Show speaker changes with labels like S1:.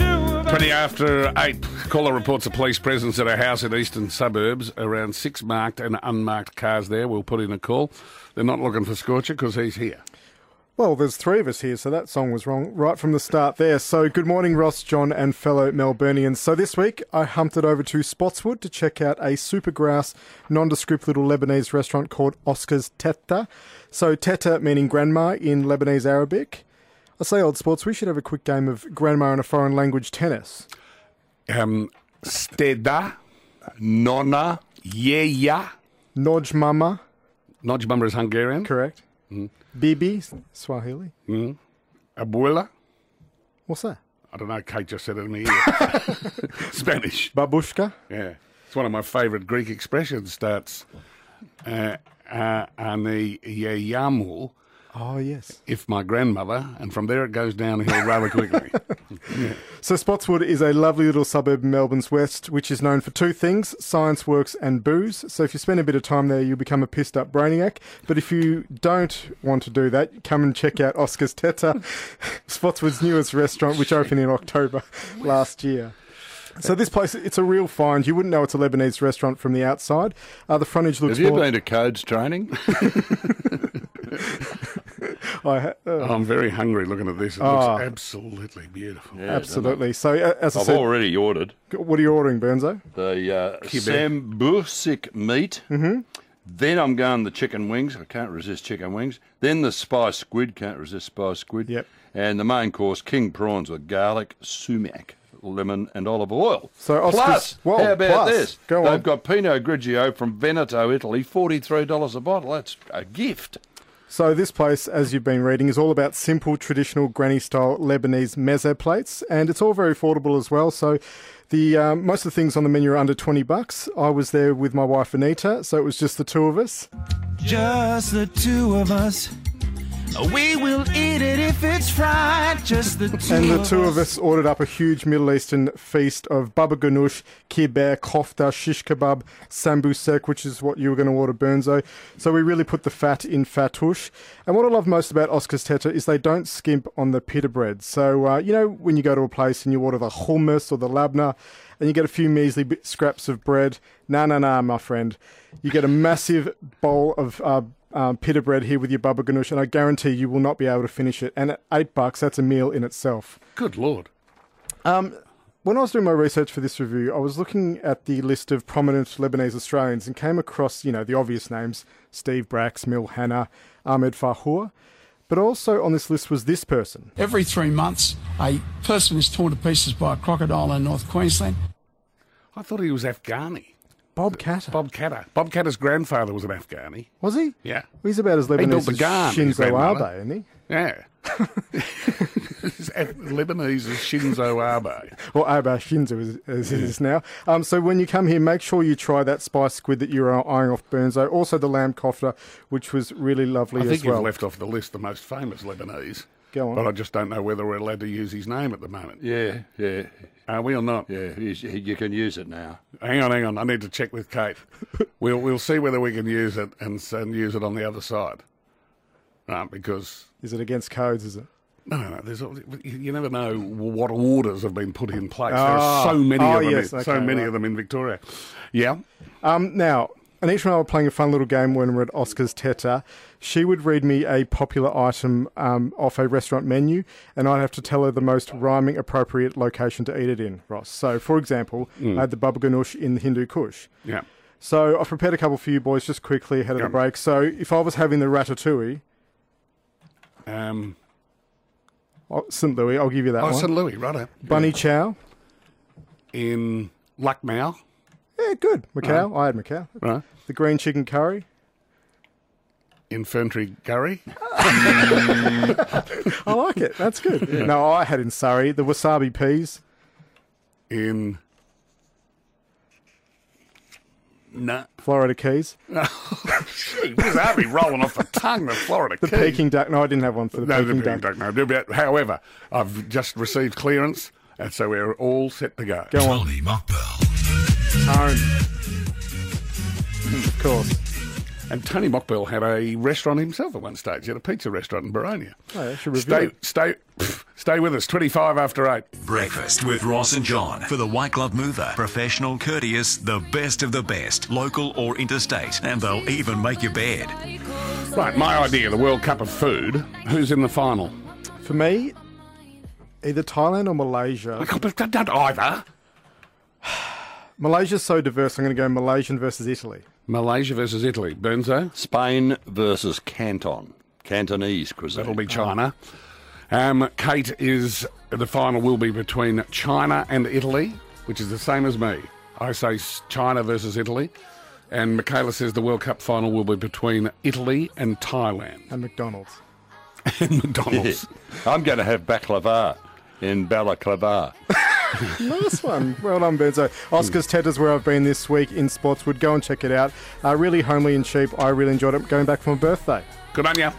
S1: 20 after 8, caller reports of police presence at a house in eastern suburbs. Around six marked and unmarked cars there. We'll put in a call. They're not looking for Scorcher because he's here.
S2: Well, there's three of us here, so that song was wrong right from the start there. So, good morning, Ross, John, and fellow Melburnians. So, this week I humped it over to Spotswood to check out a supergrass, nondescript little Lebanese restaurant called Oscar's Teta. So, Teta meaning grandma in Lebanese Arabic. I say, old sports, we should have a quick game of grandma in a foreign language tennis.
S1: Um, Steda, Nona, Yeya.
S2: Noj Mama,
S1: Nodge Bummer is Hungarian.
S2: correct? Bibi, Swahili.
S1: Abuela.
S2: What's that?
S1: I don't know, Kate just said it in my ear. Spanish.
S2: Babushka.
S1: Yeah. It's one of my favourite Greek expressions. Starts, uh, uh, ane yeyamu,
S2: Oh, yes.
S1: if my grandmother, and from there it goes downhill rather quickly.
S2: So Spotswood is a lovely little suburb in Melbourne's west, which is known for two things, science works and booze. So if you spend a bit of time there, you'll become a pissed up brainiac. But if you don't want to do that, come and check out Oscar's Teta, Spotswood's newest restaurant, which opened in October last year. So this place, it's a real find. You wouldn't know it's a Lebanese restaurant from the outside. Uh, the frontage looks
S3: Have you
S2: more...
S3: been to codes training?
S2: I ha- uh,
S1: Oh, I'm very hungry looking at this. It
S2: Ah.
S1: looks absolutely beautiful.
S2: absolutely. So uh, as I
S3: I've
S2: said,
S3: already ordered
S2: what are you ordering, Bernzo?
S3: the uh, sambursik meat. Mm-hmm. Then I'm going the chicken wings. I can't resist chicken wings. Then the spice squid. Can't resist spice squid.
S2: Yep.
S3: And the main course, king prawns with garlic, sumac, lemon, and olive oil.
S2: So Oscar's-
S3: plus,
S2: Whoa,
S3: how about
S2: plus.
S3: this?
S2: Go
S3: They've
S2: on.
S3: got Pinot Grigio from Veneto, Italy, forty-three dollars a bottle. That's a gift.
S2: So this place, as you've been reading, is all about simple, traditional granny-style Lebanese meze plates, and it's all very affordable as well. So, the um, most of the things on the menu are under twenty bucks. I was there with my wife Anita, so it was just the two of us.
S4: Just the two of us. We will eat it if it's fried. Just the two
S2: And the two of us ordered up a huge Middle Eastern feast of baba ganoush, kibbeh, kofta, shish kebab, sambusek, which is what you were going to order, Bernzo. So we really put the fat in fatoush. And what I love most about Oscar's Teta is they don't skimp on the pita bread. So, uh, you know, when you go to a place and you order the hummus or the labna, and you get a few measly bit scraps of bread. Nah, nah, nah, my friend. You get a massive bowl of uh, um, pita bread here with your baba ganoush, and I guarantee you will not be able to finish it. And at eight bucks, that's a meal in itself.
S1: Good Lord.
S2: When I was doing my research for this review, I was looking at the list of prominent Lebanese Australians and came across, you know, the obvious names Steve Brax, Mil Hanna, Ahmed Fahour. But also on this list was this person.
S5: Every three months, a person is torn to pieces by a crocodile in North Queensland.
S1: I thought he was Afghani.
S2: Bob Catter.
S1: Bob Catter. Bob Catter's grandfather was an Afghani.
S2: Was he?
S1: Yeah.
S2: He's about as Lebanese
S1: built the
S2: as
S1: Ghan, his
S2: Shinzo
S1: grandmother.
S2: Abe, isn't he?
S1: Yeah. He's Af- Lebanese is Shinzo Abe.
S2: or Abba Shinzo as, as it is now. Um, so when you come here, make sure you try that spice squid that you were eyeing off Bernzo. Also the lamb kofta, which was really lovely
S1: I think
S2: as well.
S1: you've left off the list the most famous Lebanese.
S2: Go on.
S1: But I just don't know whether we're allowed to use his name at the moment.
S3: Yeah, yeah,
S1: Are we or not?
S3: yeah. You, you can use it now.
S1: Hang on, hang on. I need to check with Kate. we'll we'll see whether we can use it and, s- and use it on the other side. Right, because
S2: Is it against codes? Is it?
S1: no, no, no. There's al- you you never know what orders have been put in place. there
S2: Ah.
S1: are so many
S2: Oh,
S1: of them.
S2: yes,
S1: in,
S2: okay,
S1: so many
S2: right.
S1: of them in Victoria. Yeah.
S2: Um, now, Anita and I were playing a fun little game when we were at Oscar's Teta. She would read me a popular item um, off a restaurant menu, and I'd have to tell her the most rhyming appropriate location to eat it in, Ross. So, for example,
S1: Hmm.
S2: I had the baba ganoush in the Hindu Kush.
S1: Yeah.
S2: So, I've prepared a couple for you boys just quickly ahead of
S1: Yeah.
S2: the break. So, if I was having the ratatouille,
S1: Um,
S2: oh, St. Louis, I'll give you that
S1: oh,
S2: one.
S1: St. Louis, right?
S2: Bunny chow.
S1: In Lucknow,
S2: Yeah, good.
S1: Uh-huh.
S2: Macau. I had Macau.
S1: right?
S2: The green chicken curry.
S1: Infantry Gurry.
S2: I like it. That's good. No, I had in Surrey the wasabi peas.
S1: In. No.
S2: Florida Keys.
S1: Gee, where's Harvey rolling off the tongue? The Florida
S2: The
S1: Keys.
S2: Peking duck. No, I didn't have one for the
S1: No,
S2: Peking
S1: the
S2: duck.
S1: duck. No, but however, I've just received clearance, and so we're all set to go.
S2: Go on.
S4: Tony Mockbell.
S2: Own. Of course.
S1: And Tony Mockbell had a restaurant himself at one stage. He had a pizza restaurant in Baronia.
S2: Oh, I should review
S1: stay,
S2: it.
S1: stay, pff, stay with us. Twenty-five after eight.
S6: Breakfast with Ross and John for the White Glove Mover. Professional, courteous, the best of the best, local or interstate, and they'll even make your bed.
S1: Right, my idea: the World Cup of food. Who's in the final?
S2: For me, either Thailand or Malaysia.
S1: Not either.
S2: Malaysia's so diverse, I'm going to go Malaysian versus Italy.
S1: Malaysia versus Italy. Bernzo.
S3: Spain versus Canton. Cantonese cuisine.
S1: That'll be China. Um, Kate is the final will be between China and Italy, which is the same as me. I say s- China versus Italy, and Michaela says the World Cup final will be between Italy and Thailand
S2: And McDonald's.
S1: and McDonald's.
S3: I'm going to have baklava in balaclava.
S2: Nice one. Well done, Benzo. Oscars Ted is where I've been this week in Spotswood. Go and check it out. Uh, really homely and cheap. I really enjoyed it. Going back for my birthday.
S1: Good on you.